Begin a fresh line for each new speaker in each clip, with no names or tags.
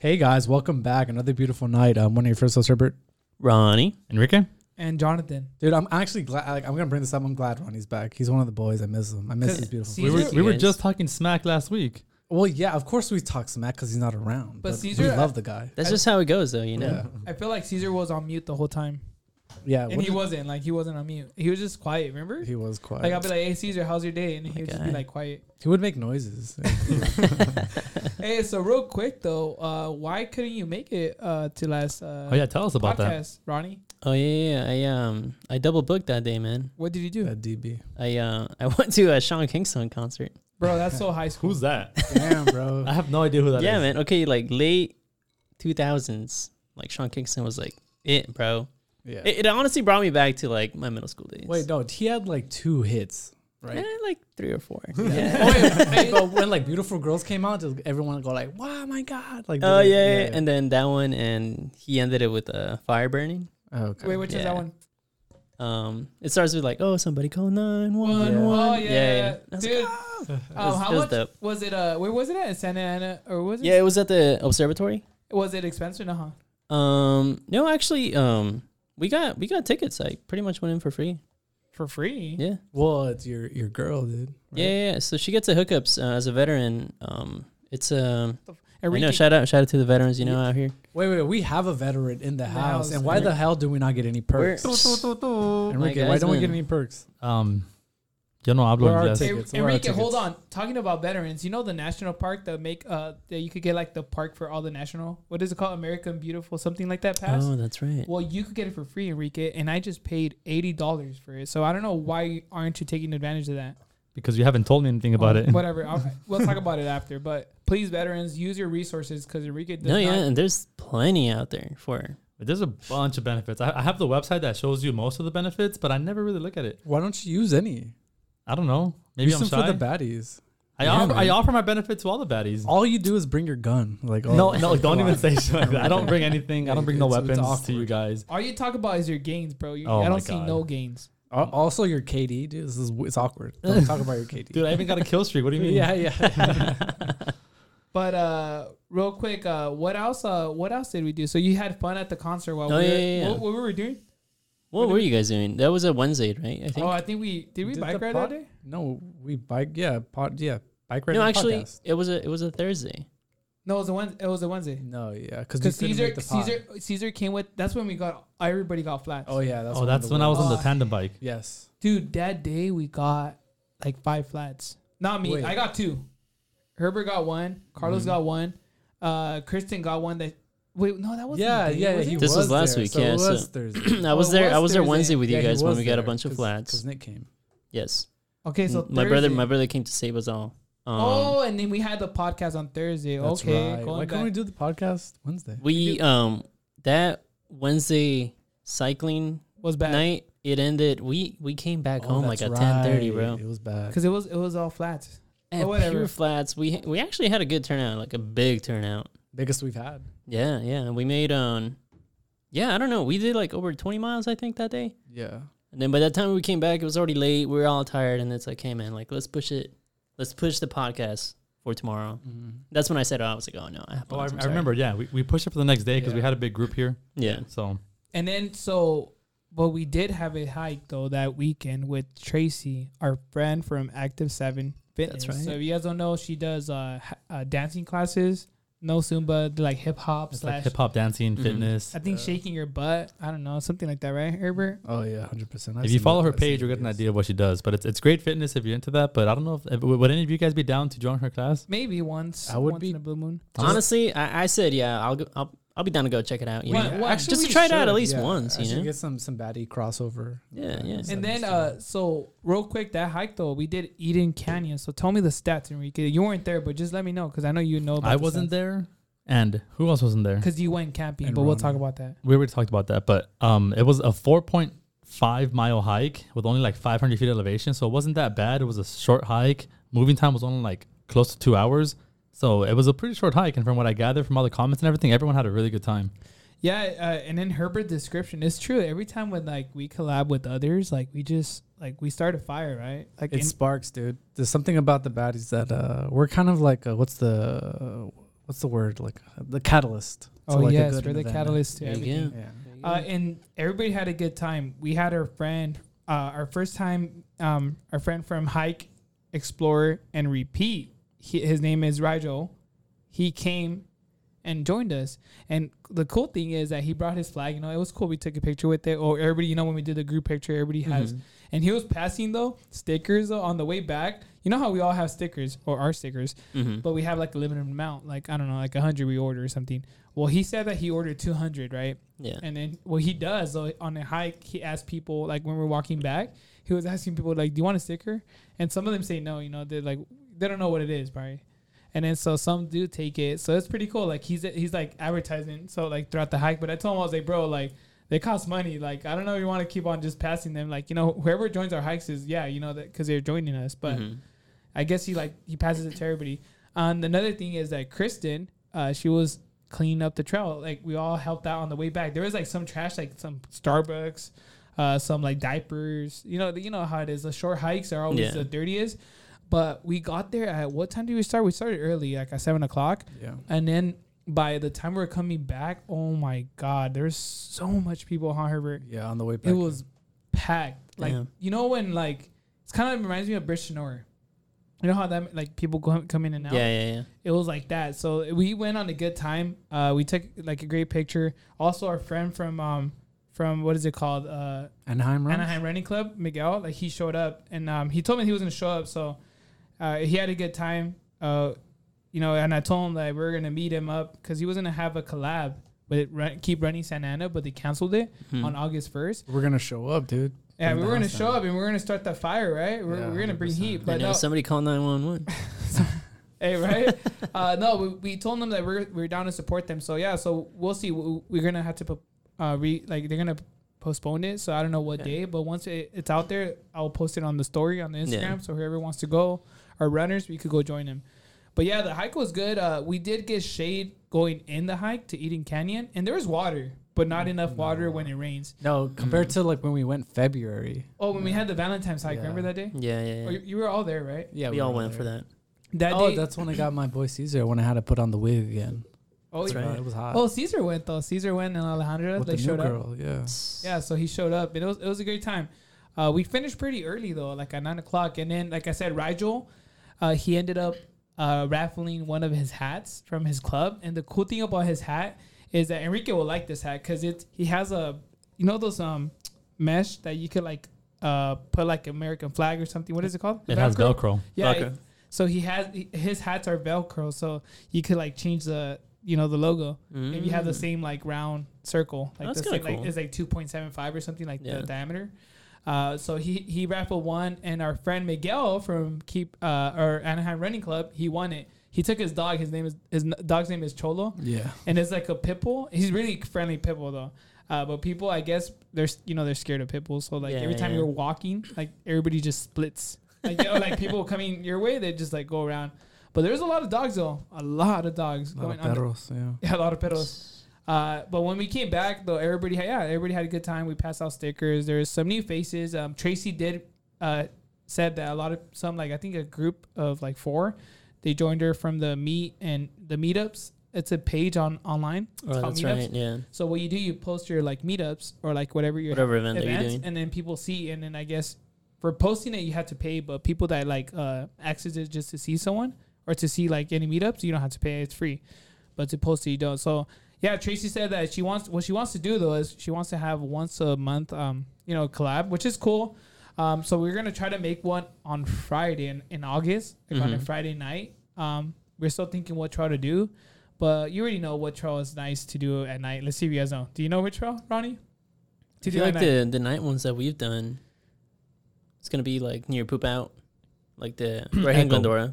Hey guys, welcome back. Another beautiful night. Um, one of your first hosts, Herbert
Ronnie.
Enrique?
and Jonathan.
Dude, I'm actually glad. Like, I'm gonna bring this up. I'm glad Ronnie's back. He's one of the boys. I miss him. I miss
'Cause
his beautiful.
see-
We were,
Yes,
we
you
were
guys.
just talking smack last week.
well, yeah, of course we talk smack because he's not around.
But
But, we
Caesar-
love the guy.
That's just how it goes, though, you know.
Yeah,
I feel like Caesar was on mute the whole time,
Uh-huh. yeah.
and
what
he
did-
wasn't. Like he wasn't on mute. He was just quiet. Remember?
He was quiet.
like I'll be like, "Hey Caesar, how's your day?" And he would just be
guy.
like quiet.
he would make noises.
hey, so real quick though, uh, why couldn't you make it uh, to last? Uh,
Oh yeah, tell us about that.
podcast, Ronnie?
Oh yeah, yeah, yeah. I um I double booked that day, man.
What did you do,
that DB.
I uh I went to a Sean Kingston concert.
bro? That's so high school.
Who's that?
Damn, bro.
I have no idea who that is.
yeah, man. Okay, like late two thousands, like Sean Kingston was like it, bro.
Yeah.
It, it honestly brought me back to like my middle school days.
Wait, no, he had like two hits, right?
Eh, like three or four. Yeah.
Oh, yeah, hey, but when like beautiful girls came out, just everyone would go like, "Wow, my God!" Like,
Oh
they-
yeah, yeah, and then that one, and he ended it with a uh, fire burning.
Oh, okay.
Wait, which is
Yeah.
that one?
Um, it starts with like, oh, somebody call nine
One,
one
Yeah.
one.
Oh yeah, yeah, yeah.
I was like,
dude.
It was-
um, how
it was
much
dope.
was it? Uh, where was it at? Santa Ana, or was it?
yeah, it was at the observatory.
Was it expensive? Uh huh.
Um, no, actually, um, we got we got tickets. I pretty much went in for free.
For free.
Yeah,
Well, it's your your girl, dude. right?
yeah, yeah, yeah. So she gets the hookups uh, as a veteran. Um, it's um, you know,
Enrique-
shout out, shout out to the veterans, you know, out here.
Wait, wait, we have a veteran in the
the
house,
house.
and why the hell do we not get any perks? Enrique,
My
why
guys
don't we get
win.
any perks?
Um, yo no hablo
Where are
inglés.
they?
Hey,
tickets. Where are
Enrique, hold
tickets?
on. Talking about veterans, you know the national park that make uh that you could get like the park for all the national. What is it called? American Beautiful, something like that. Pass.
Oh, that's right.
Well, you could get it for free, Enrique, and I just paid eighty dollars for it. So I don't know why aren't you taking advantage of that?
Because you haven't told me anything about
Oh,
it.
Whatever. I'll, we'll talk about it after. But please, veterans, use your resources because Enrique does
No,
not.
yeah, and there's plenty out there for.
But There's a bunch of benefits. I, I have the website that shows you most of the benefits, but I never really look at it.
Why don't you use any?
I don't know. Maybe
use them
I'm shy.
for the baddies.
I,
Yeah,
offer, I
man.
offer my benefit to all the baddies.
All you do is bring your gun. Like, oh,
no, no, don't
come
even
on.
say shit like that. I don't bring anything. I don't bring no
It's- it's
weapons to you
awkward.
guys.
All you talk about is your gains, bro. You,
Oh
I
my
don't see
God.
no gains.
Al- Also, your KD, dude. This is it's awkward. Don't talk about your KD.
Dude, I even got a kill streak. What do you mean?
yeah, yeah.
But uh, real quick, uh, what else? Uh, what else did we do? So you had fun at the concert while
Oh,
we were,
yeah, yeah, yeah.
What, what we were doing?
What were you guys doing? That was a Wednesday, right? I think.
oh, I think we did we
Did
bike
the
ride
pod-
that day.
no, we bike. Yeah, pod. Yeah, bike ride.
no, actually, it was a it was a Thursday.
No, it was a Wednesday. It was a Wednesday.
No, yeah,
Because
because
Caesar, Caesar, Caesar came with. That's when we got everybody got flats.
Oh yeah, that's
oh,
one of
that's
the
when I was
ones.
on the
Oh.
tandem bike.
Yes.
dude, that day we got like five flats. Not me.
Wait.
I got two. Herbert got one. Carlos got one. Uh, Kristen got one. That wait, no, that wasn't.
Yeah,
the day,
yeah.
was
He
it?
This was
was
last
there,
week,
So
yeah,
it
so-
was Thursday.
I was
it
there. I
was
was there
Thursday.
Wednesday with you guys when we got a bunch of
Because
flats.
Nick came.
Yes.
okay, so
my brother,
Thursday.
my brother came to save us all. Um,
oh, and then we had the podcast on Thursday.
That's
okay,
right.
going
Why
back.
can't we do the podcast Wednesday?
we um that Wednesday cycling
was bad.
night it ended. We we came back
Oh,
home like at
that's
ten thirty,
right.
bro.
It was bad.
Cause it was it was all flats.
At
whatever.
Pure Flats, we we actually had a good turnout, like a big turnout.
Biggest we've had.
Yeah, yeah. We made um, yeah, I don't know. We did like over twenty miles, I think, that day.
Yeah.
And then by that time we came back, it was already late. We were all tired, and it's like, hey man, like let's push it, let's push the podcast for tomorrow.
Mm-hmm.
That's when I said, oh, I was like, oh no, I, have
Oh, I,
plans, I'm
I
sorry.
remember. Yeah, we, we pushed it for the next day because we
Yeah.
had a big group here.
Yeah,
So
And then so, but we did have a hike though that weekend with Tracy, our friend from Active Seven Fitness.
right.
So if you guys don't know, she does uh, ha- uh dancing classes, no Zumba, like hip hop
it's like
slash.
hip hop dancing,
Mhm.
fitness.
I think
Yeah.
shaking your butt. I don't know something like that, right, Herbert?
Oh yeah, hundred percent.
If you follow her page, you'll get an idea of what she does. But it's, it's great fitness if you're into that. But I don't know if, if would any of you guys be down to join her class.
Maybe once.
I would
once
be-
in a blue moon.
Just-
honestly, I, I said, yeah, I'll go, I'll I'll be down to go check it out. You
Why-
know?
why- Actually,
just to try it out at least once, you know.
Get some some baddie crossover.
Yeah, yeah.
And then, uh, so real quick, that hike though, we did Eden Canyon. So tell me the stats, Enrique. You weren't there, but just let me know because I know you know. About
I wasn't there, and who else wasn't there?
because you went camping,
And
but we'll
Ronnie.
talk about that.
We already talked about that, but um, it was a 4.5 mile hike with only like 500 feet elevation, so it wasn't that bad. It was a short hike. Moving time was only like close to two hours, so it was a pretty short hike. And from what I gathered from all the comments and everything, everyone had a really good time.
Yeah, uh, and in Herbert's description, it's true. Every time when like we collab with others, like we just like we start a fire, right? Like
it
in-
sparks, dude. There's something about the baddies that uh, we're kind of like uh, what's the what's the word like uh, the catalyst. to,
Oh
like, a
yes,
good
we're the
event.
catalyst to
There you
everything.
go.
Yeah.
Uh, and everybody had a good time. We had our friend, uh, our first time, um, our friend from Hike, Explore, and Repeat. He, his name is Rigel. He came and joined us. And the cool thing is that he brought his flag. You know, it was cool. We took a picture with it. Or everybody, you know, when we did the group picture, everybody has. And he was passing though stickers though, on the way back. You know how we all have stickers or our stickers,
Mhm.
but we have like a limited amount. Like I don't know, like hundred we order or something. Well, he said that he ordered two hundred, right?
Yeah.
And then what he does though, on the hike, he asked people like when we're walking back, he was asking people like, "Do you want a sticker?" And some of them say no. You know, they're like they don't know what it is, probably. And then so some do take it. So it's pretty cool. Like he's he's like advertising. So like throughout the hike, but I told him I was like, bro, like they cost money. Like I don't know if you want to keep on just passing them. Like you know, whoever joins our hikes is yeah, you know that because they're joining us, but.
Mhm.
I guess he like he passes it to everybody. And another thing is that Kristen, uh, she was cleaning up the trail. Like we all helped out on the way back. There was like some trash, like some Starbucks, uh, some like diapers. You know, you know how it is. The short hikes are always
Yeah.
the dirtiest. But we got there at what time did we start? We started early, like at seven o'clock,
Yeah.
and then by the time we were coming back, oh my god, there's so much people, huh, Herbert?
Yeah. On the way back.
It was packed. Like
Yeah.
you know when like it's kind of reminds me of Bridgeport. You know how that like people go, come in and out.
Yeah, yeah, yeah.
It was like that. So we went on a good time. Uh, we took like a great picture. Also, our friend from um from what is it called uh
Anaheim. Rams?
Anaheim Running Club, Miguel, like he showed up and um, he told me he was gonna show up, so uh, he had a good time. Uh, you know, and I told him that we are gonna meet him up because he was gonna have a collab with Run- Keep Running Santa Ana, but they canceled it
Mhm.
on August first.
We're gonna show up, dude.
Yeah,
Bring
we
the
were gonna
house
show
down.
up and we are gonna start that fire, right? We're,
Yeah,
we're gonna bring
100%.
heat,
I
but
know.
no,
Somebody call 911.
hey, right? uh, no, we, we told them that we're we're down to support them. So yeah, so we'll see. We- We're gonna have to, po- uh, re like they're gonna postpone it. So I don't know what
Yeah.
day, but once it, it's out there, I'll post it on the story on the Instagram.
Yeah.
So whoever wants to go, our runners, we could go join them. But yeah, the hike was good. Uh, we did get shade going in the hike to Eden Canyon, and there was water, but
Mm,
not enough water when it rains.
No, compared to like when we went February.
Oh, when we had the Valentine's hike,
Yeah.
remember that day?
yeah, yeah, yeah.
Oh, you, you were all there, right?
Yeah,
we all
were
went
there.
for that.
That
oh,
day.
that's when I got my boy Caesar when I had to put on the wig again.
oh,
that's
yeah.
right.
Uh, it was hot.
Oh, Caesar went though. Caesar went and Alejandra.
with
they
the new
showed up.
girl, yeah.
Yeah, so he showed up. It was it was a great time. Uh, we finished pretty early though, like at nine o'clock. And then, like I said, Rigel, uh, he ended up uh, raffling one of his hats from his club. And the cool thing about his hat is that Enrique will like this hat because it he has a you know those um mesh that you could like uh put like American flag or something. What is it called?
It has Velcro.
Yeah.
Okay.
it- So he has his hats are Velcro, so you could like change the you know the logo
Mm.
if you have the same like round circle, like
That's
the same,
kinda
like
cool.
it's like two point seven five or something like
Yeah.
the diameter. Uh, so he he raffled one, and our friend Miguel from Keep uh, or Anaheim Running Club, he won it. He took his dog. His name is his n- dog's name is Cholo,
Yeah.
and it's like a pit bull. He's really friendly pit bull though. Uh, but people, I guess they're s- you know they're scared of pit bulls. So like
Yeah,
every time
yeah.
you're walking, like everybody just splits. Like you know, like people coming your way, they just like go around. But there's a lot of dogs though. A lot of dogs
Lot
going
of
on. the-
perros, yeah.
Yeah, a lot of pedos. Uh, but when we came back, though, everybody had yeah, everybody had a good time. We passed out stickers. There's some new faces. Um, Tracy did uh, said that a lot of some like I think a group of like four, they joined her from the meet and the meetups. It's a page on online. It's
Oh,
called
that's
Meetups.
right. Yeah.
So what you do, you post your like meetups or like whatever your
Whatever event that you're
events,
doing.
and then people see. And then I guess for posting it, you have to pay. But people that like uh, access it just to see someone or to see like any meetups, you don't have to pay. It's free. But to post it, you don't. So yeah, Tracy said that she wants what she wants to do though is she wants to have once a month, um, you know, collab, which is cool. Um, so we're gonna try to make one on Friday in, in August, like on a
Mhm.
Friday night. Um, we're still thinking what trail to do, but you already know what trail is nice to do at night. Let's see if you guys know. Do you know which trail, Ronnie?
I
To do
feel
at
like
night?
the, the night ones that we've done, it's going to be like near Poop Out, like the right hand
Echo.
Glendora.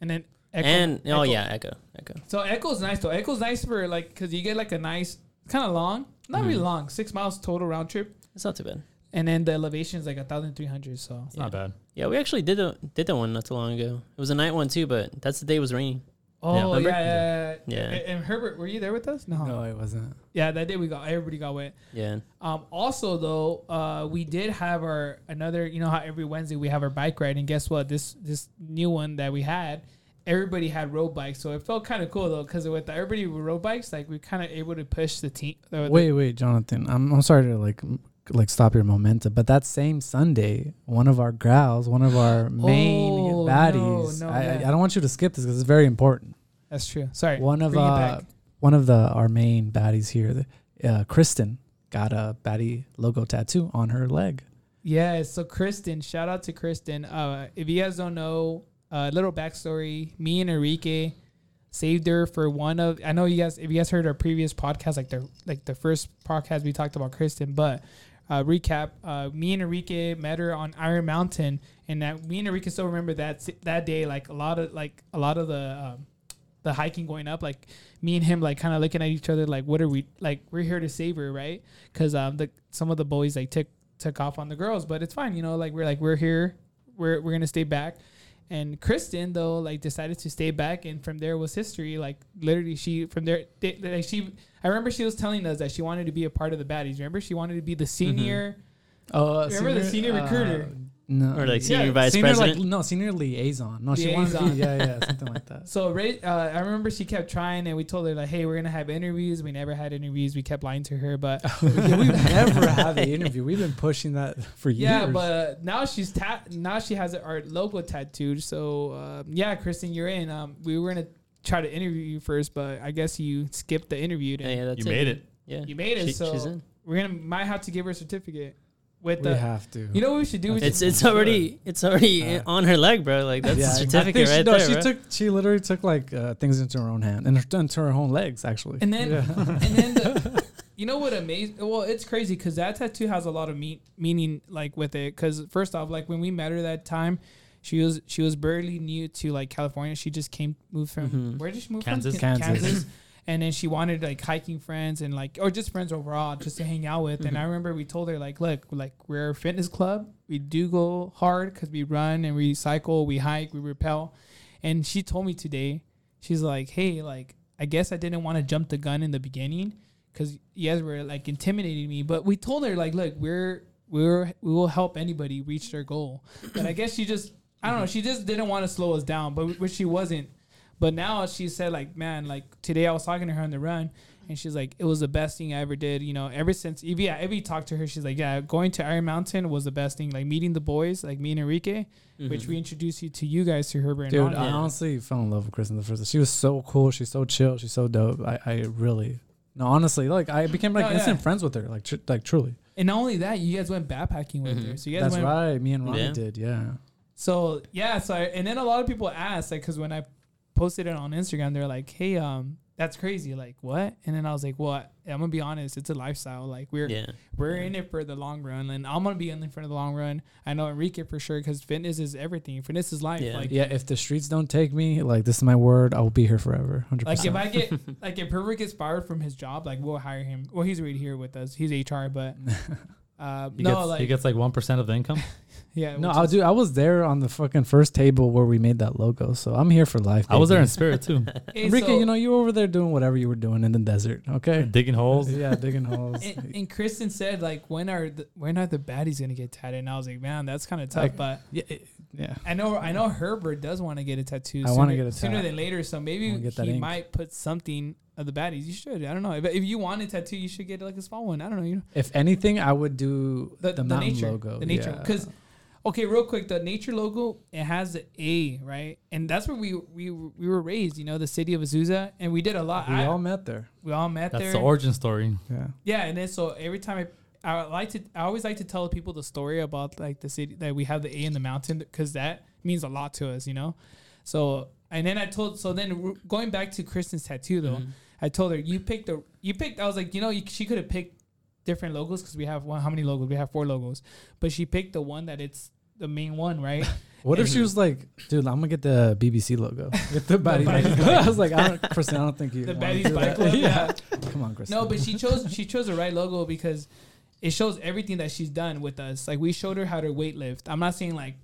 and then Echo.
and, oh,
Echo.
yeah, Echo. Echo.
so Echo's nice though. Echo's nice for like because you get like a nice, kind of long, not really
Mhm.
long, six miles total round trip,
It's not too bad.
and then the elevation is like a thousand three hundred. So
It's not bad.
Yeah, we actually did a, did that one not too long ago. It was a night one too, but that's the day it was raining.
oh
remember?
yeah, yeah, yeah.
Yeah.
And, and Herbert, were you there with us?
No, it wasn't.
Yeah, that day we got everybody got wet.
Yeah.
Um, also though, uh, we did have our another. You know how every Wednesday we have our bike ride, and guess what? This this new one that we had, everybody had road bikes, so it felt kind of cool though, because with everybody with road bikes, like we kind of able to push the team. the-
Wait, wait, Jonathan. I'm I'm sorry to like m- like stop your momentum, but that same Sunday, one of our growls, one of our main
Oh,
baddies.
no, no,
I, I I
yeah.
don't want you to skip this because it's very important.
that's true. Sorry,
One of
bring it
uh,
back.
one of the our main baddies here, the, uh, Kristen, got a baddie logo tattoo on her leg.
Yeah, so Kristen, shout out to Kristen. Uh, if you guys don't know, uh, little backstory: me and Enrique saved her for one of. I know you guys. If you guys heard our previous podcast, like the like the first podcast we talked about Kristen, but uh, recap: uh, me and Enrique met her on Iron Mountain, and that me and Enrique still remember that s- that day. Like a lot of like a lot of the. Um, the hiking going up, like me and him, like kind of looking at each other, like what are we like? We're here to save her, right? Because um, the some of the boys like took took off on the girls, but it's fine, you know. Like we're like we're here, we're we're gonna stay back. And Kristen though, like decided to stay back, and from there was history. Like literally, she from there, they, like she. I remember she was telling us that she wanted to be a part of the baddies. Remember, she wanted to be the senior.
Oh,
Remember the uh, senior recruiter?
No,
Or like
yeah,
senior vice
senior,
president.
Like, no, senior liaison. No, she wanted to be,
Liaison.
yeah, yeah, something like that.
So Ray, uh, I remember she kept trying, and we told her like, "Hey, we're gonna have interviews." We never had interviews. We kept lying to her, but
yeah, we've never had the interview. We've been pushing that for years.
yeah, but now she's ta- now she has our logo tattooed. So um, yeah, Kristen, you're in. Um, we were gonna try to interview you first, but I guess you skipped the interview.
Yeah,
Then.
yeah, that's
You made it.
Yeah,
You made it,
She-
so
she's in.
we're gonna might have to give her a certificate with
we
the.
have to.
you know what we should do? We
It's
should-
it's already it's already
Uh,
on her leg, bro. Like that's
Yeah,
a
I- I
certificate
think she,
right
no,
there.
she
bro.
took. She literally took like uh, things into her own hand and her- into her own legs, actually.
And then,
Yeah.
and then, the, you know what amazed? Well, it's crazy because that tattoo has a lot of mean, meaning, like with it. Because first off, like when we met her that time, she was she was barely new to like California. She just came moved from
Mhm.
where did she move
Kansas.
from? K-
Kansas.
and then she wanted like hiking friends and like or just friends overall just to hang out with. And I remember we told her like, look, like we're a fitness club. We do go hard because we run and we cycle, we hike, we repel. And she told me today, she's like, hey, like I guess I didn't want to jump the gun in the beginning because you guys were like intimidating me. But we told her like, look, we're we're we will help anybody reach their goal. But I guess she just I don't know. She just didn't want to slow us down, but which she wasn't. But now she said like, man, like today I was talking to her on the run, and she's like, it was the best thing I ever did. You know, ever since if yeah, if you talk to her, she's like, yeah, going to Iron Mountain was the best thing. Like meeting the boys, like me and Enrique, which we introduced you to you guys to Herbert.
Mm-hmm. Dude,
and
I
Ronnie.
Yeah.
honestly fell in love with Kristen the first. She was so cool. She's so chill. She's so dope. I, I really, no, honestly, like I became like
No, Oh, yeah.
instant friends with her. Like, tr- like truly.
and not only that, you guys went backpacking with her, so you guys
Mm-hmm. That's
went
right. Me and Ronnie
Yeah.
did. Yeah.
So yeah, so I, and then a lot of people asked like, because when I posted it on Instagram, they're like, "Hey, um, that's crazy. Like, what?" And then I was like, "What?" I'm gonna be honest, it's a lifestyle. Like, we're
yeah,
we're in it for the long run, and I'm gonna be in it for the long run. I know Enrique for sure because fitness is everything. Fitness is life.
Yeah.
Like,
Yeah. If the streets don't take me, like this is my word. I will be here forever. Hundred
like if
percent.
I get like if Herbert gets fired from his job, like we'll hire him. Well, he's already here with us. He's HR, but uh,
He
no,
gets
like
he gets like one percent of the income.
yeah,
No,
which
I'll
is-
do. I was there on the fucking first table where we made that logo, so I'm here for life.
I was there in
baby.
spirit too,
Hey,
Enrique,
so-
you know, you were over there doing whatever you were doing in the desert. Okay.
digging holes.
yeah, digging holes.
and, and Kristen said like when are the, when are the baddies gonna get tatted? And I was like, man, that's kind of tough.
Like-
but
yeah, it- yeah.
I know I know Herbert does want to get a tattoo.
I wanna
sooner-
get a
sooner
tat.
than later. So maybe
wanna get that
he
ink.
might put something of the baddies. You should. I don't know. If, if you want a tattoo, you should get like a small one. I don't know. You know
If anything, I would do
the,
the,
the,
mountain
nature
logo.
The nature
yeah.
because. Okay, real quick, the nature logo it has the A, right? And that's where we we we were raised, you know, the city of Azusa, and we did a lot.
we
I-
all met there.
we all met
That's
there.
the origin story.
Yeah.
Yeah, and then so every time I, I like to, I always like to tell people the story about like the city that we have the A in the mountain because that means a lot to us, you know. So and then I told, so then r- going back to Kristen's tattoo though, I told her you picked the, you picked. I was like, you know, you, she could have picked different logos because we have one. How many logos? We have four logos, but she picked the one that it's the main one, right?
What if she was like, dude, I'm gonna get the BBC logo. Get the baddie.
baddies
logo. I was like, I don't, Kristen, I don't think you.
the
wanna
baddies
do
bike
that.
club. yeah.
Come on, Kristen.
No, but she chose she chose the right logo because it shows everything that she's done with us. Like we showed her how to weightlift. I'm not saying like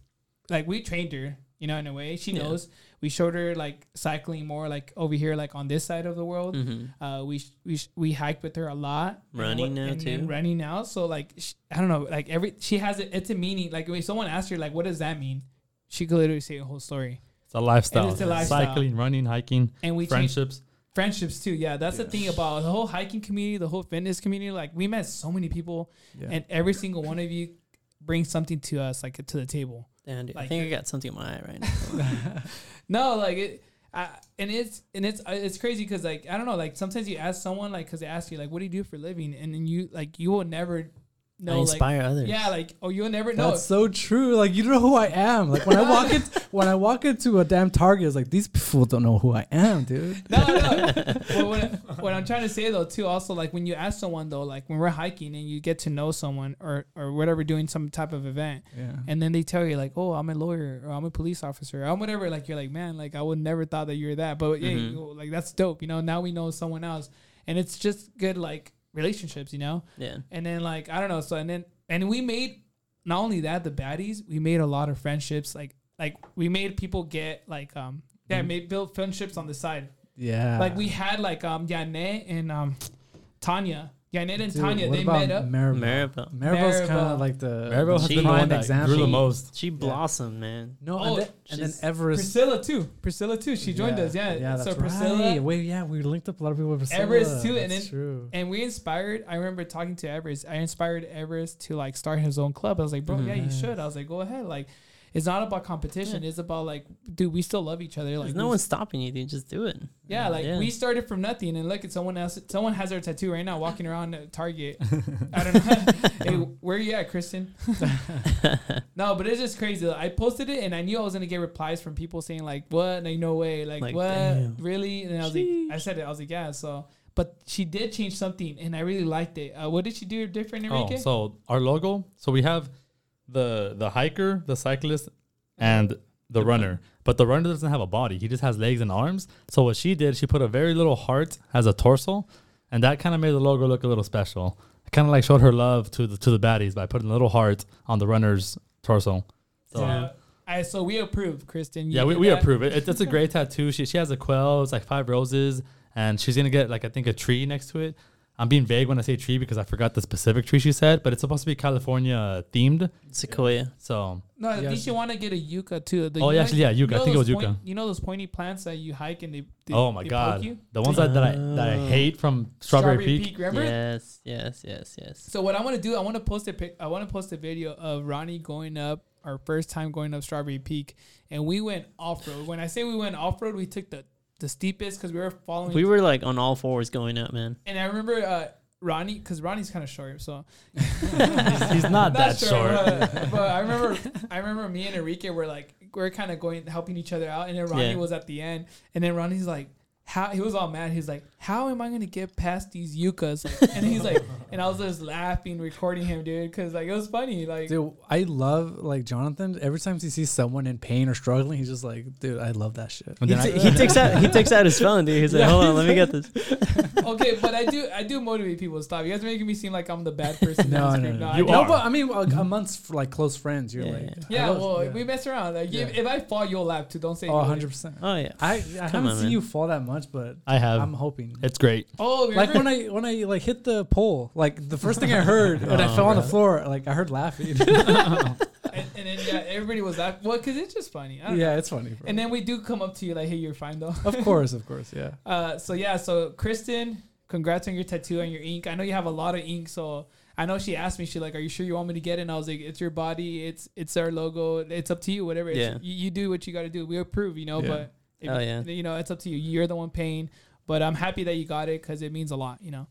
like we trained her, you know, in a way. She
Yeah.
knows. We showed her like cycling more like over here, like on this side of the world.
hmm
Uh, we sh- we sh- we hiked with her a lot. and
Running
what-
now,
and then
too.
running now. So like sh I don't know, like every she has it. It's a meaning. Like when someone asks her like, what does that mean? She could literally say a whole story.
It's a lifestyle.
It is a lifestyle.
Cycling, running, hiking,
and we changed
friendships.
friendships too. Yeah, that's the thing about the whole hiking community, the whole fitness community. Like we met so many people,
Yeah.
and every single one of you brings something to us, like to the table.
Damn, dude, I
Like-
think I got something in my eye right now.
No, like it, I, and it's and it's uh, it's crazy because like I don't know, like sometimes you ask someone like because they ask you like, what do you do for a living, and then you like you will never
I
know like
inspire others.
yeah like oh you'll never know.
That's so true. Like you don't know who I am. Like when I walk in, when I walk into a damn Target, it's like these people don't know who I am, dude.
no, no. but what, what I'm trying to say though, too, also like when you ask someone though, like when we're hiking and you get to know someone or or whatever, doing some type of event,
Yeah.
and then they tell you like, oh, I'm a lawyer or I'm a police officer or I'm whatever. Like you're like, man, like I would never thought that you're that, but yeah,
Mm-hmm.
Mhm.
you- like that's dope. You know, now we know someone else, and it's just good like relationships. You know,
yeah.
and then like I don't know. So and then and we made not only that the baddies, we made a lot of friendships. Like like we made people get like um yeah,
Mhm.
made build friendships on the side.
Yeah.
Like we had like um Yane and um Tanya. Yane and
Dude,
Tanya,
what
they
about
met up.
Maribel?
Maribel.
Maribel's
Maribel.
kind of like the
Maribel has
the
been the
prime
one that
example.
grew the
She-
most.
She blossomed, man.
No,
Oh,
and, then, and then
she's-
Everest.
Priscilla too. Priscilla too. She joined us. Yeah.
Yeah. That's
so Priscilla
right. Wait, yeah, we linked up a lot of people with Priscilla.
Everest, too, and
That's
then-
true.
Mm.
and we inspired. I remember talking to Everest. I inspired Everest to like start his own club. I was like, bro, yeah, you
Mm-hmm.
Mhm.
should. I was like, go ahead. Like, it's not about competition. It's about like, dude, we still love each other. Like,
There's no
we-
one's stopping you, dude. Just do it.
Yeah, like
Yeah.
we started from nothing, and look at someone else. Someone has their tattoo right now, walking around at Target. I don't know. hey, where you at, Kristen? no, but it's just crazy. I posted it, and I knew I was gonna get replies from people saying like, "What? Like, no way! Like,
Like,
what?
damn.
Really?" And I was like, I said it. I was like, "Yeah." So, but she did change something, and I really liked it. Uh, what did she do different, Enrique?
Oh, so our logo. So we have the the hiker, the cyclist, and the runner. But the runner doesn't have a body. He just has legs and arms. So what she did, she put a very little heart as a torso, and that kind of made the logo look a little special. It kind of like showed her love to the to the baddies by putting a little heart on the runner's torso. So
So, Uh, I so we approve, Kristen. You
yeah, we,
did
we
that.
approve it. It's It's a great tattoo. She she has a quail. It's like five roses, and she's gonna get like I think a tree next to it. I'm being vague when I say tree because I forgot the specific tree she said, but it's supposed to be California themed.
Sequoia.
So
No, I
Yeah,
think
she-
you want to get a yucca too. The,
oh, yeah,
you know-
actually, yeah,
you
yucca. I
know
think it was
those point-
yucca.
you know those pointy plants that you hike and they. they
oh my
they poke
god,
you?
the ones that, that I that I
Oh.
hate from Strawberry, Peak.
remember?
Yes, yes, yes, yes.
So what I want to do, I want to post a pic, I want to post a video of Ronnie going up our first time going up Strawberry Peak, and we went off road. When I say we went off road, we took the the steepest because we were following.
We were like on all fours going up, man.
and I remember uh, Ronnie because Ronnie's kind of short, so
He's, he's not that short.
But, but I remember, I remember me and Enrique were like, we're kind of going helping each other out, and then Ronnie
Yeah.
was at the end, and then Ronnie's like, how he was all mad. He's like, how am I gonna get past these yuccas? Like, and he's like, and I was just laughing, recording him, dude, because like it was funny, like.
Dude, I love like Jonathan. Every time he sees someone in pain or struggling, he's just like, dude, I love that shit.
And
He,
then I-
ta- he takes out he takes out his phone, dude. He's like, hold on, let me get this.
okay, but I do I do motivate people. Stop. You guys are making me seem like I'm the bad person.
No,
on the
no,
screen.
no.
I
You
don't.
are.
but I mean, like, amongst like close friends, you're
Yeah.
like, I
Yeah,
love-
well,
yeah.
we mess around. Like, if,
Yeah.
if I fall, you'll laugh too. Don't say.
oh, 100 percent.
Oh yeah.
I, I haven't
on,
seen
man.
you fall that much, but
I have.
I'm hoping.
it's great.
Oh, remember?
Like when I when I like hit the pole, like the first thing I heard when I fell on the floor, like I heard laughing.
and, and then yeah, everybody was laughing. Well, because it's just funny. I don't
yeah, it's funny. Bro.
And then we do come up to you like, hey, you're fine though.
of course, of course, yeah.
Uh, so yeah, so Kristen, congrats on your tattoo and your ink. I know you have a lot of ink, so I know she asked me, she like, are you sure you want me to get it? And I was like, it's your body, it's it's our logo, it's up to you, whatever. It's-
Yeah.
you, you do what you got to do. We approve, you know.
Yeah.
But if-
Oh, yeah.
you know, it's up to you. You're the one paying. But I'm happy that you got it because it means a lot, you know,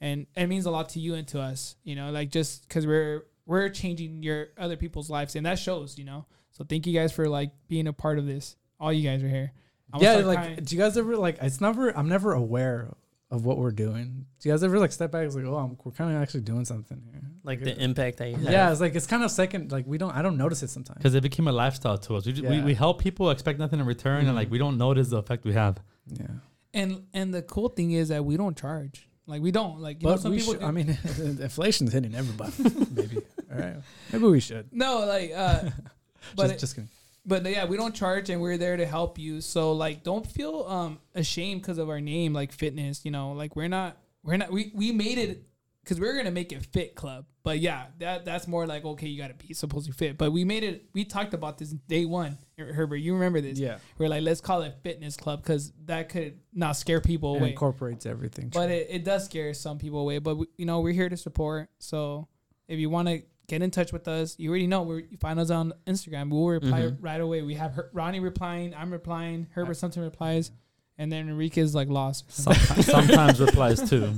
and it means a lot to you and to us, you know, like just because we're we're changing your other people's lives and that shows, you know. So thank you guys for like being a part of this. All you guys are here. I'm gonna
yeah,
start
like,
crying.
do you guys ever like? It's never. I'm never aware of what we're doing. Do you guys ever like step back? It's like, oh, I'm, we're kind of actually doing something here.
Like the impact that you had.
Yeah, it's like it's kind of second. Like we don't. I don't notice it sometimes.
Because it became a lifestyle to us. We, ju- we,
Yeah.
we help people, expect nothing in return, and like we don't notice the effect we have.
Yeah,
And and the cool thing is that we don't charge. Like we don't. Like you know
but
some
we
people
should.
do-
I mean, inflation's hitting everybody. maybe. All right. Maybe we should.
no, like uh but
just, just kidding.
but yeah, we don't charge and we're there to help you. So like don't feel um ashamed because of our name like fitness, you know. Like we're not we're not we we made it because we were gonna make it fit club, but yeah, that that's more like okay, you gotta be supposed to fit. But we made it. We talked about this day one, Her- Herbert. You remember this?
Yeah.
We're like, let's call it fitness club because that could not scare people
It
away,
incorporates everything.
but it, it does scare some people away. But we, you know, we're here to support. So if you want to get in touch with us, you already know we're, you find us on Instagram. We'll reply
Mhm.
Mm-hmm.
right away. We have Her- Ronnie replying, I'm replying, Herbert something replies, and then Enrique is like lost.
Sometimes, sometimes replies too.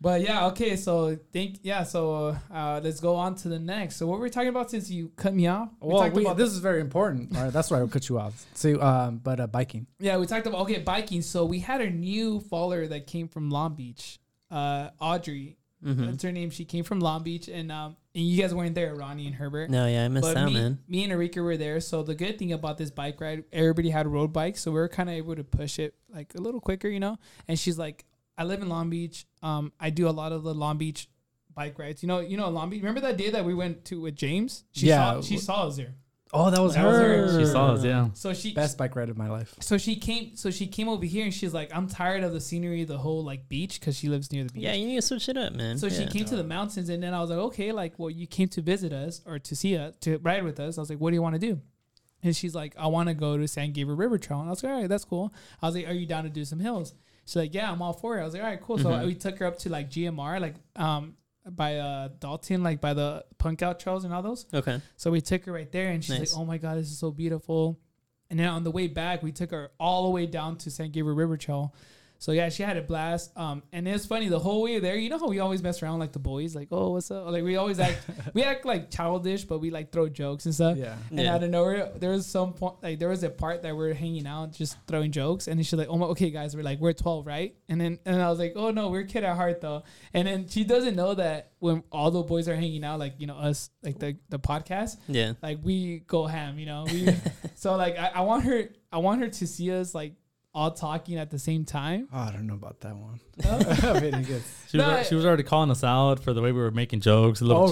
But yeah, okay. So think yeah. So uh, let's go on to the next. So what we're talking about since you cut me off.
well,
talked
we,
about
this is very important. All right, that's why I cut you off. So, um, but uh, biking.
yeah, we talked about okay biking. So we had a new follower that came from Long Beach, uh, Audrey.
Mm-hmm.
That's her name. She came from Long Beach, and um, and you guys weren't there, Ronnie and Herbert.
No, yeah, I missed
But
out,
me,
man.
me and Enrique were there. So the good thing about this bike ride, everybody had road bikes, so we were kind of able to push it like a little quicker, you know. And she's like, "I live in Long Beach. Um, I do a lot of the Long Beach bike rides. You know, you know Long Beach. Remember that day that we went to with James? She
Yeah.
saw, she saw us there.
Oh, that was
That was
her.
her.
She saw us, yeah.
So she
Best bike ride of my life.
so she came so she came over here and she's like, I'm tired of the scenery, the whole like beach, because she lives near the beach.
Yeah, you need to switch it up, man.
So she
Yeah.
came to the mountains, and then I was like, okay, like, well, you came to visit us or to see us, to ride with us. I was like, what do you want to do? And she's like, I want to go to San Gabriel River Trail. And I was like, all right, that's cool. I was like, are you down to do some hills? She's like, yeah, I'm all for it. I was like, all right, cool. So
Mhm.
we took her up to like GMR, like um by uh Dalton, like by the Punk Out Trails and all those.
Okay.
So we took her right there, and she's
Nice.
like, "Oh my god, this is so beautiful." And then on the way back, we took her all the way down to San Gabriel River Trail. So yeah, she had a blast. Um, and it's funny the whole way there. You know how we always mess around like the boys, like, "Oh, what's up?" Like we always act, we act like childish, but we like throw jokes and stuff.
Yeah.
And
Yeah.
out of nowhere, there was some point, like there was a part that we're hanging out, just throwing jokes, and then she's like, "Oh my, okay, guys, we're like we're 12, right?" And then and I was like, "Oh no, we're kid at heart though." And then she doesn't know that when all the boys are hanging out, like you know us, like the the podcast,
Yeah.
like we go ham, you know. We, so like I, I want her, I want her to see us like all talking at the same time.
Oh, I don't know about that one.
No?
I mean, it gets-
She was,
No,
al- she was already calling us out for the way we were making jokes, a little
Oh,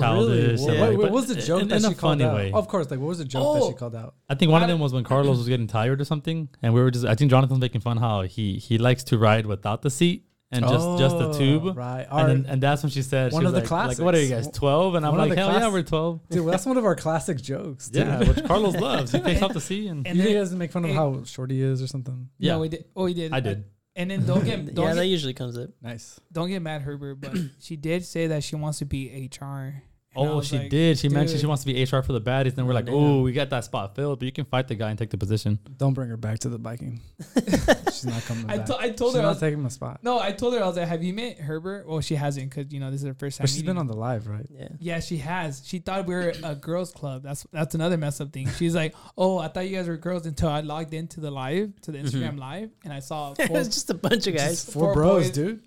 Really?
childish. and
What-
like-
what,
but
was the
in-
joke
in,
that
a
she called
funny
out?
way?
Of course, like what was the joke that
Oh.
she called out?
I think one
I-
of them was when Carlos was getting tired or something, and we were just. I think Jonathan's making fun how he he likes to ride without the seat and just just the
Oh,
tube.
Right. Our,
And, then, and that's when she said,
one
she
of
was
the
like, like, what are you
classics.
guys, 12? And I'm
One of
like,
the
hell yeah,
class-
we're 12.
dude, that's one of our classic jokes. Dude.
Yeah, which Carlos loves. He picks up the sea and
And
you
then
guys make fun of how short he is or something.
yeah,
Yeah.
we did. Oh, we did.
I did.
And then don't get don't
yeah, that
get,
usually comes up.
Nice.
don't get mad, Herbert. But she did say that she wants to be HR. And I
Oh,
was
she
like,
did. She mentioned she
dude.
wants to be HR for the baddies. And then we're like,
Damn.
oh, we got that spot filled, but you can fight the guy and take the position.
Don't bring her back to the biking. She's not coming
I,
back.
to, I
she's
told her.
not
I was,
taking my spot.
no, I told her. I was like, "Have you met Herbert?" Well, she hasn't, cause you know this is her first time.
But she's been
meeting
on the live, right?
Yeah.
Yeah, she has. She thought we were a girls' club. That's that's another mess up thing. She's like, "Oh, I thought you guys were girls until I logged into the live to the Instagram
Mm-hmm.
live, and I saw."
it
Four,
was just a bunch of guys.
Just four,
four
bros,
boys.
dude.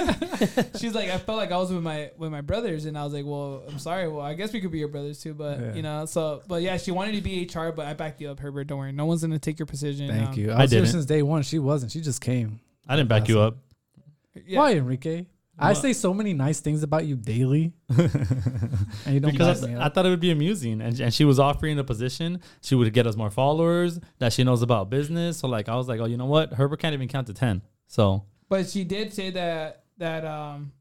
she's like, "I felt like I was with my with my brothers," and I was like, "Well, I'm sorry. Well, I guess we could be your brothers too, but
Yeah.
you know." So, but yeah, she wanted to be HR, but I backed you up, Herbert. Don't worry, no one's gonna take your position.
Thank
Um,
you.
I
I was here
didn't.
since day one. She wasn't. She just came.
I didn't back you up.
yeah.
Why, Enrique? I
What?
say so many nice things about you daily, and you don't
because
back
I,
me
th- I
up.
thought it would be amusing. And, and she was offering the position. She would get us more followers that she knows about business. So, like, I was like, oh, you know what? Herbert can't even count to 10. So,
But she did say that that um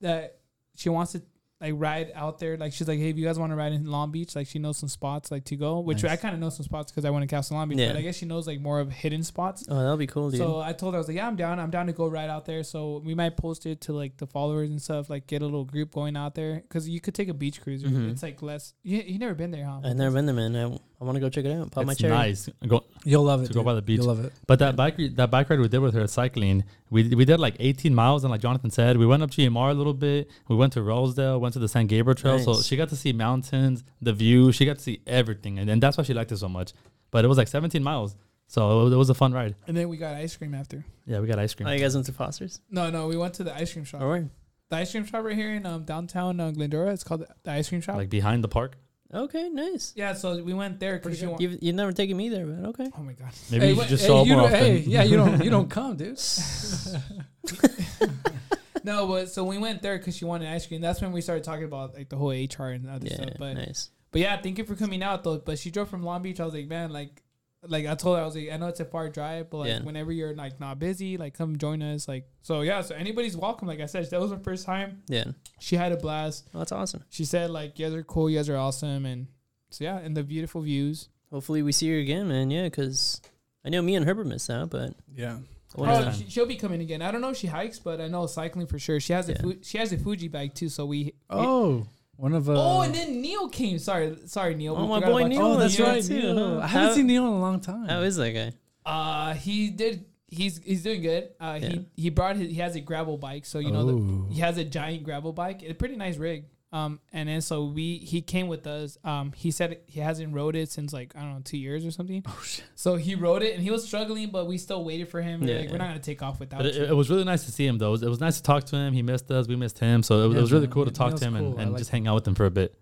that she wants to like ride out there. Like she's like, hey, if you guys want to ride in Long Beach, like she knows some spots like to go. Which
Nice.
I kind of know some spots because I went to Castle Long Beach.
Yeah.
But I guess she knows like more of hidden spots.
Oh, that'll be cool, dude.
So I told her I was like, yeah, I'm down. I'm down to go ride out there. So we might post it to like the followers and stuff. Like get a little group going out there because you could take a beach cruiser.
Mhm.
It's like less. You you never been there, huh?
I've never been there, man. I, I want to go check it out. Pop my
it's
cherry.
nice. Go,
You'll love it.
to go
dude.
by the beach.
You'll love it.
But that bike re- that bike ride we did with her cycling, we we did like 18 miles, and like Jonathan said, we went up GMR a little bit. We went to Rosedale, went to the San Gabriel Trail. So
Nice.
she got to see mountains, the view. She got to see everything, and, and that's why she liked it so much. But it was like 17 miles, so it was, it was a fun ride.
And then we got ice cream after.
Yeah, we got ice cream.
Oh, you guys went to Foster's?
No, no, we went to the ice cream shop.
All right.
The ice cream shop right here in um, downtown uh, Glendora. It's called the ice cream shop.
like behind the park.
Okay, nice.
Yeah, so we went there because she wanted.
You've, you've never taken me there, but okay.
Oh my god!
Maybe you
what-
should just show up more
don't-
often.
hey, yeah, you don't you don't come, dude.
No, but so we went there because she wanted ice cream. That's when we started talking about like the whole HR and other
Yeah,
stuff. But
nice.
but yeah, thank you for coming out though. But she drove from Long Beach. I was like, man, like like I told her, I was like, I know it's a far drive, but like
Yeah.
whenever you're like not busy, like come join us. Like so, yeah. So anybody's welcome. Like I said, that was her first time.
Yeah.
She had a blast.
Well, that's awesome.
She said like, you guys are cool. You guys are awesome. And so yeah, and the beautiful views.
Hopefully we see her again, man. Yeah, because I know me and Herbert missed out, but
Yeah.
I
Oh,
wanna-
Yeah.
she, she'll be coming again. I don't know if she hikes, but I know cycling for sure. She has a
Yeah.
fu- she has a Fuji bag too. So we
Oh, one of uh,
oh, and then Neil came. Sorry, sorry, Neil. We
Oh, my
forgot
boy
about-
Neil.
oh, that's
Yeah,
right.
too,
Neil.
huh?
I haven't
How-
seen Neil in a long time.
How is that guy?
Uh, he did. He's he's doing good. Uh,
Yeah.
he he brought his, he has a gravel bike, so you know
Ooh.
the, he has a giant gravel bike, a pretty nice rig. Um, and then so we he came with us. Um, he said he hasn't rode it since like I don't know two years or something.
Oh shit.
So he rode it and he was struggling, but we still waited for him.
Yeah,
like, We're
yeah.
not gonna take off without.
But it,
you.
it was really nice to see him, though. It was, it was nice to talk to him. He missed us. We missed him. So it was,
Yeah,
it was really
man.
cool to
Yeah,
talk
that's
to him
cool.
and,
I
and
like
just hang out with him for a bit.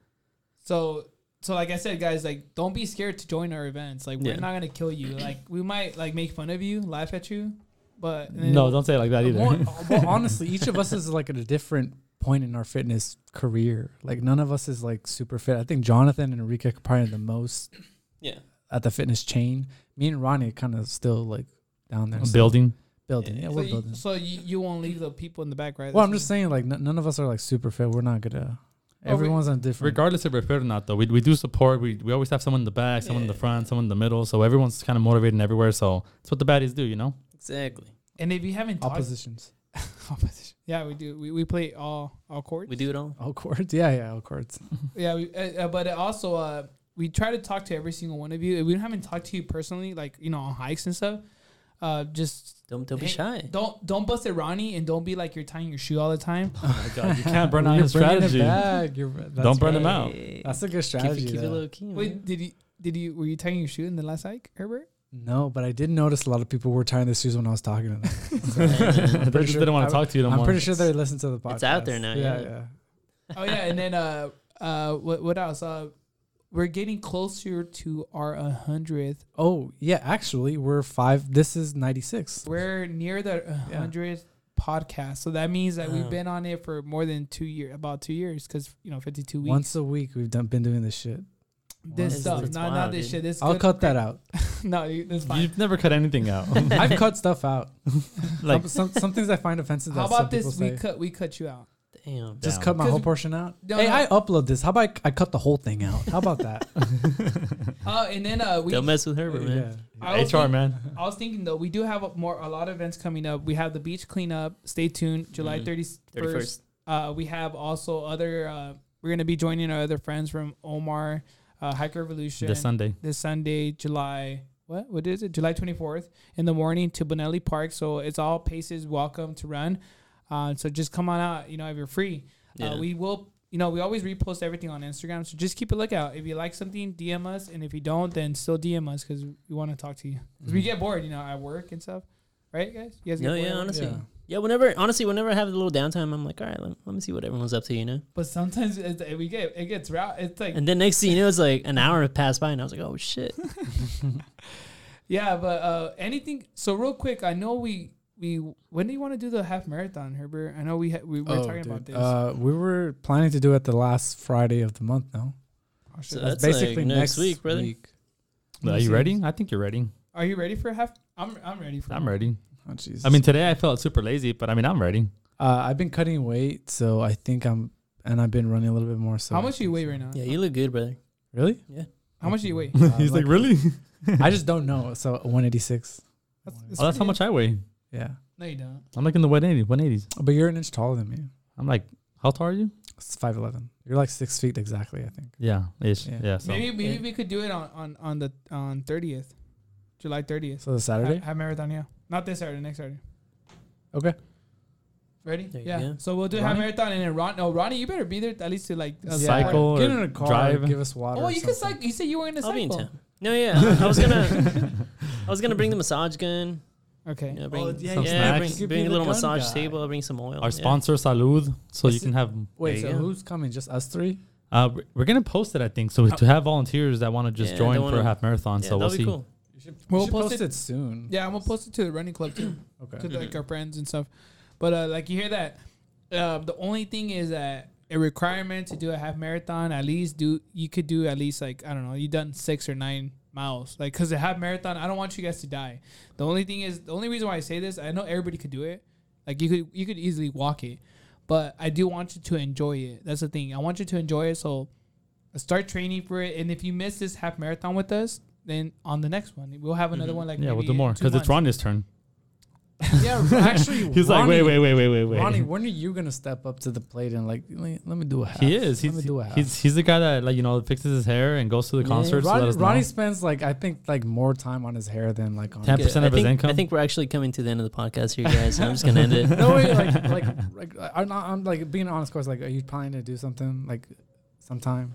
So so like I said, guys, like don't be scared to join our events. Like we're
Yeah.
not gonna kill you. Like we might like make fun of you, laugh at you, but
No, don't say it like that either.
More, well, honestly, each of us is like at a different point in our fitness career. Like none of us is like super fit. I think Jonathan and Enrique are probably the most
Yeah.
at the fitness chain. Me and Ronnie kind of still like down there so-
Building.
building. Yeah,
Yeah.
So,
we're
you,
building.
so you, you won't leave the people in the back, right?
Well,
That's
I'm
what
just saying like n- none of us are like super fit. We're not gonna.
we-
Everyone's on different.
Regardless if we're fit or not, though, we, we do support. We, we always have someone in the back, someone in the
Yeah.
front, someone in the middle. So everyone's kind of motivated and everywhere. So that's what the baddies do, you know?
Exactly.
And if you haven't talked,
Oppositions.
opposition. Yeah, we do. We, we play all all courts.
We do it all.
All courts. Yeah, yeah, all courts.
Yeah, we, uh, uh, but it also uh, we try to talk to every single one of you. If we haven't talked to you personally, like you know, on hikes and stuff, uh, just
Don't don't be
Hey,
shy.
don't don't bust it, Ronnie, and don't be like you're tying your shoe all the time.
Oh my God, you can't burn out
You're
your
bringing
strategy.
It back. You're, that's
Don't burn them
right.
out.
Hey.
That's a good
Keep it,
strategy.
keep it
though.
low key. man.
Wait, did you did you were you tying your shoe in the last hike, Herbert?
No, but I did notice a lot of people were tying their shoes when I was talking to them.
they
pretty
just
sure-
didn't want
I-
to talk to you no
I'm
more.
pretty sure they listen to the podcast.
It's out there now,
Yeah,
yeah.
yeah.
Oh yeah, and then uh uh what what else? Uh, we're getting closer to our hundredth.
Oh yeah, actually, we're five. This is 96.
We're near the
Yeah. Uh-huh.
100th podcast. So that means that we've
Wow.
been on it for more than two years, about two years, because, you know, 52 weeks.
Once a week, we've done, been doing this shit.
this
once
stuff,
it's
not, not
wild,
this
dude.
shit. This
I'll
good-
cut that out.
no, you- that's fine.
You've never cut anything out.
I've cut stuff out.
like,
some, some, some things I find offensive. That
How
some
about
people
this?
say.
We cut we cut you out.
Damn.
Just
down.
cut my
'Cause
whole
we-
portion out.
No,
hey,
no.
I upload this. How about I, I cut the whole thing out? How about that?
Oh, and then uh, we.
Don't mess with Herbert, man.
yeah.
I was
HR,
thinking-
man.
I was thinking though, we do have a more a lot of events coming up. We have the beach cleanup. Stay tuned, July
Mm-hmm.
Mhm.
thirty
Thirty
first.
first.
Uh, we have also other. Uh, we're gonna be joining our other friends from Omar, uh, Hike Revolution.
This Sunday.
this Sunday, July what what is it? July twenty fourth in the morning to Bonelli Park. So it's all paces welcome to run. Uh, so just come on out. You know if you're free,
Yeah.
uh, we will. You know we always repost everything on Instagram. So just keep a lookout. If you like something, DM us, and if you don't, then still DM us because we want to talk to you. 'Cause We get bored, you know, at work and stuff. Right, guys? You guys get
No,
bored
Mm-hmm.
at
yeah,
work?
honestly. Yeah.
Yeah.
whenever honestly, whenever I have a little downtime, I'm like, all right, let, let me see what everyone's up to, you know.
But sometimes it, it- we get it gets route. It's like
And then next thing you know, it's like an hour passed by, and I was like, oh shit.
yeah, but uh, anything. So real quick, I know we we when do you want to do the half marathon, Herbert? I know we ha- we were
Oh,
talking about
dude.
this.
Uh, we were planning to do it the last Friday of the month. No,
Oh, shit.
So that's- like next week, brother.
Are you ready? I think you're ready.
Are you ready for a half? I'm I'm ready for.
I'm
one.
ready.
Oh, Jesus.
I mean, today I felt super lazy, but I mean, I'm ready.
uh, I've been cutting weight, so I think I'm, and I've been running a little bit more. So
How much do you weigh right now?
yeah, you look good, brother.
Really?
How much do you weigh?
Uh,
He's like, really?
I just don't know. So 186.
Oh, that's how
pretty-
much I weigh.
Yeah,
No, you don't.
I'm like in the 180, 180s.
but you're an inch taller than me.
I'm like, how tall are you?
It's 5'11. You're like six feet exactly. I think.
Yeah, ish.
Yeah.
Yeah. so.
maybe maybe
Yeah.
we could do it on on on the on thirtieth, July thirtieth.
So the Saturday.
Half marathon, yeah. Not this Saturday, next Saturday.
Okay.
Ready?
There you
yeah.
go.
So we'll do half
Ronnie?
marathon and then Ron. No, Ronnie, you better be there at least to like uh,
Yeah. Cycle
Get
or
in a car.
drive.
Give us water.
Oh,
or
you could
something.
cycle. You said you were in a
I'll be in
cycle.
town. No, yeah, I was gonna, I was gonna bring the massage gun.
Okay.
You know, bring,
yeah,
yeah,
Some snacks.
bring,
You could be
bring a
the
little
gun
massage
guy.
table. I'll bring some oil.
Our
yeah.
sponsor, Salud. So
Is
you
it-
can have.
Wait.
There
So
you go.
who's coming? Just us three?
Uh, we're- we're gonna post it, I think. So to have volunteers that want to just
Yeah,
join
they
for
wanna-
a half marathon.
Yeah,
so we'll
that'll be
see.
cool.
We'll
we should
post
post,
it-
it, soon.
Yeah, I'm gonna post it to the running club too. to
Okay.
like our friends and stuff. But uh, like you hear that, uh, the only thing is that a requirement to do a half marathon at least do you could do at least like I don't know you done six or nine miles. Like, cause the half marathon, I don't want you guys to die. The only thing is, the only reason why I say this, I know everybody could do it. Like, you could you could easily walk it, but I do want you to enjoy it. That's the thing. I want you to enjoy it. So, start training for it. And if you miss this half marathon with us, then on the next one we'll have another one. Like,
yeah, we'll
maybe
do
in
more
two
because it's
months.
Ronnie's turn.
Yeah, actually,
He's like, wait, wait, wait, wait, wait, wait.
Ronnie, when are you gonna step up to the plate and like, let let me do a half?
he is.
Let
He's,
me do a half.
he's he's the guy that like you know fixes his hair and goes to the
Yeah.
concerts.
Ronnie,
to let us
Ronnie
know.
spends like I think like more time on his hair than like on.
10%
I
of his
think,
income?
I think we're actually coming to the end of the podcast here, guys. and I'm just gonna end it.
no way, like like like I'm, not, I'm like being honest, of course. Like, are you planning to do something like sometime?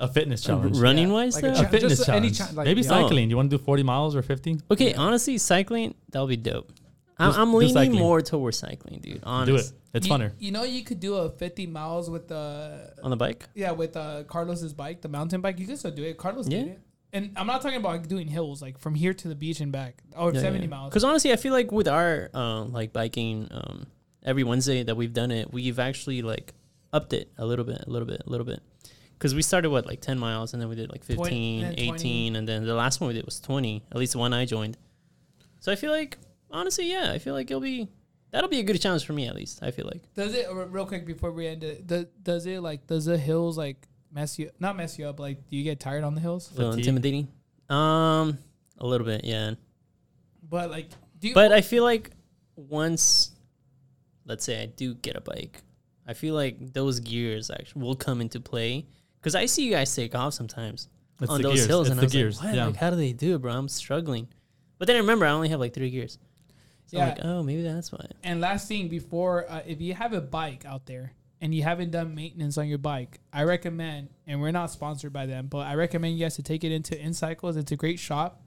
a fitness challenge.
Running wise,
Like a
though.
A
Just
fitness
any
challenge.
cha- like,
Maybe
yeah.
cycling. You want to do 40 miles or 50?
Okay, honestly, cycling that'll be dope. I'm,
Just-
I'm
do
leaning
cycling.
more towards cycling, dude.
Do
Honest.
it. It's
you,
funner.
You know, you could do a 50 miles with the
on the bike.
yeah with uh, Carlos's bike, the mountain bike. You could still do it. Carlos did
Yeah.
it. And I'm not talking about like, doing hills, like from here to the beach and back, or 70 miles.
Because honestly, I feel like with our um, like biking um, every Wednesday that we've done it, we've actually like upped it a little bit, a little bit, a little bit. Because we started what like 10 miles, and then we did like 15,
20, and then
18,
20.
and then the last one we did was 20. At least the one I joined. So I feel like honestly, yeah, I feel like it'll be that'll be a good challenge for me at least. I feel like.
Does it r- real quick before we end it? Does, does it like does the hills like mess you not mess you up? Like do you get tired on the hills?
feel
Fatigue?
intimidating? Um, a little bit, yeah.
But like do you?
But I feel like once, let's say I do get a bike, I feel like those gears actually will come into play because I see you guys take off sometimes
It's
on
the
those
gears.
hills,
it's
and
the
I was
gears.
like, what?
yeah.
Like, how do they do it, bro? I'm struggling. But then I remember I only have like three gears. So I'm
Yeah.
like, oh, maybe that's why.
and last thing before, uh, if you have a bike out there and you haven't done maintenance on your bike, I recommend, and we're not sponsored by them, but I recommend you guys to take it into InCycles. It's a great shop.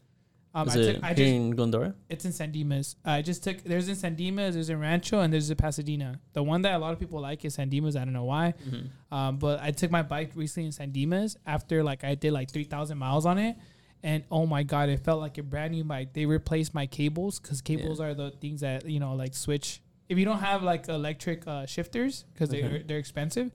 Um, I,
Is it
took, I
here
just
in Glendora?
it's in San Dimas. I just took there's in San Dimas, there's in Rancho, and there's in Pasadena. The one that a lot of people like is San Dimas. I don't know why, um, but I took my bike recently in San Dimas after like I did like three thousand miles on it, and oh my god, it felt like a brand new bike. They replaced my cables because cables are the things that you know like switch. If you don't have like electric uh, shifters because they're they're expensive.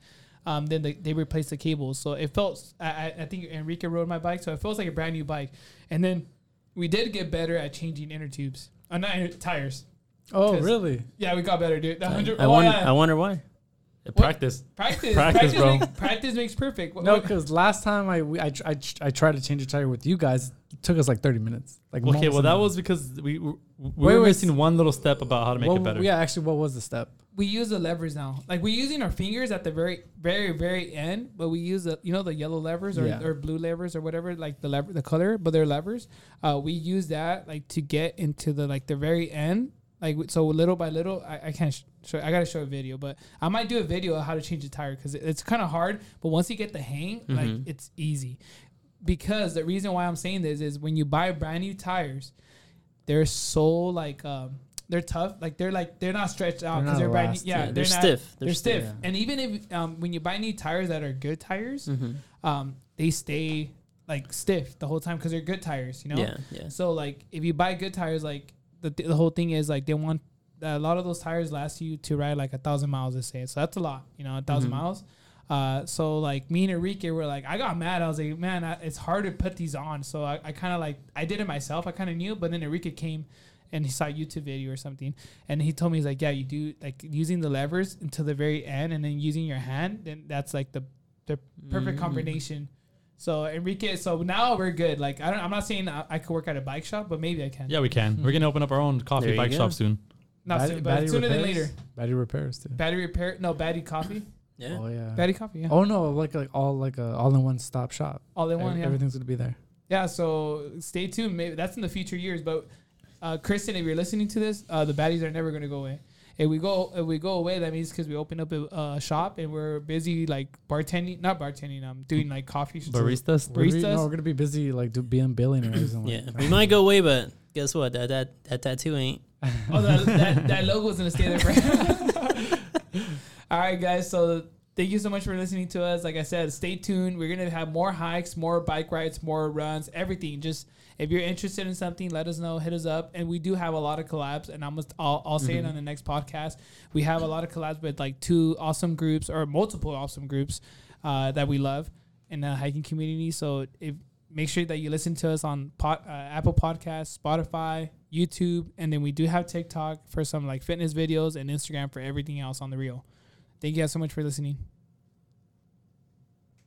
Um, then they, they replaced the cables, so it felt. I, I- I think Enrique rode my bike, so it feels like a brand new bike. And then we did get better at changing inner tubes. Uh, not inner, tires.
Oh,
'Cause-
really?
Yeah, we got better, dude. The
I,
hundred.
I
oh,
wonder,
yeah.
I wonder why.
Practice. practice,
practice, practice,
bro.
Makes, practice makes perfect. What-
No,
what-
because last time I, we, I tr- I tr- I tried to change a tire with you guys, it took us like 30 minutes. Like
Okay,
almost
well, that
an hour.
was because we, we
Wait,
were
wait.
missing one little step about how to make
What-
it better.
Yeah, actually, what was the step?
we use the levers now. Like we're using our fingers at the very, very, very end, but we use the you know the yellow levers or,
Yeah.
or blue levers or whatever, like the lever, the color, but they're levers. Uh, we use that like to get into the like the very end. Like so, little by little, I, I can't sh- show. I gotta show a video, but I might do a video of how to change a tire because it's kind of hard. But once you get the hang, like it's easy. Because the reason why I'm saying this is when you buy brand new tires, they're so like um they're tough like they're like they're not stretched
They're
out because
not
they're, brand new
elastic.
yeah,
Yeah,
they're,
they're
not-
stiff.
they're,
They're
stiff
stiff.
and even if um when you buy new tires that are good tires um they stay like stiff the whole time because they're good tires you know
Yeah, yeah.
so like if you buy good tires like the, th- the whole thing is like they want a lot of those tires last you to ride like a thousand miles let's say so that's a lot you know a 1000 miles uh, so like me and Enrique were like, I got mad. I was like, man, I, it's hard to put these on. So I, I kind of like, I did it myself. I kind of knew, but then Enrique came and he saw a YouTube video or something, and he told me he's like, yeah, you do like using the levers until the very end, and then using your hand. Then that's like the the perfect combination. So Enrique, so now we're good. Like I don't, I'm not saying I, I could work at a bike shop, but maybe I can.
Yeah, we can. We're gonna open up our own
There
coffee
you
bike
go.
shop soon.
not
Batty-
soon,
batty
but sooner than
repairs?
later.
Battery repairs too.
Battery repair? No, batty coffee.
Yeah.
Oh yeah.
Batty coffee. Yeah,
Oh no, like like all like a all in one stop shop.
all in
Ev-
one. Yeah.
Everything's gonna be there.
Yeah, so stay tuned. Maybe that's in the future years. But uh, Kristen, if you're listening to this, uh, the baddies are never going to go away. If we go, if we go away, that means because we open up a, a shop and we're busy like bartending, not bartending. I'm doing like coffee. shops.
Baristas.
We're, gonna be-
Baristas?
no, we're gonna be busy like do, being billionaires and like,
Yeah, we might go away, but guess what? That that, that tattoo ain't.
Oh, that, that, that logo's gonna stay there forever. All right, guys. So thank you so much for listening to us. Like I said, stay tuned. We're gonna have more hikes, more bike rides, more runs, everything. Just if you're interested in something, let us know. Hit us up, and we do have a lot of collabs. And I'm just, I'll, I'll say it on the next podcast. We have a lot of collabs with like two awesome groups or multiple awesome groups uh, that we love in the hiking community. So if make sure that you listen to us on pot, uh, Apple Podcasts, Spotify, YouTube, and then we do have TikTok for some like fitness videos and Instagram for everything else on the reel. Thank you guys so much for listening.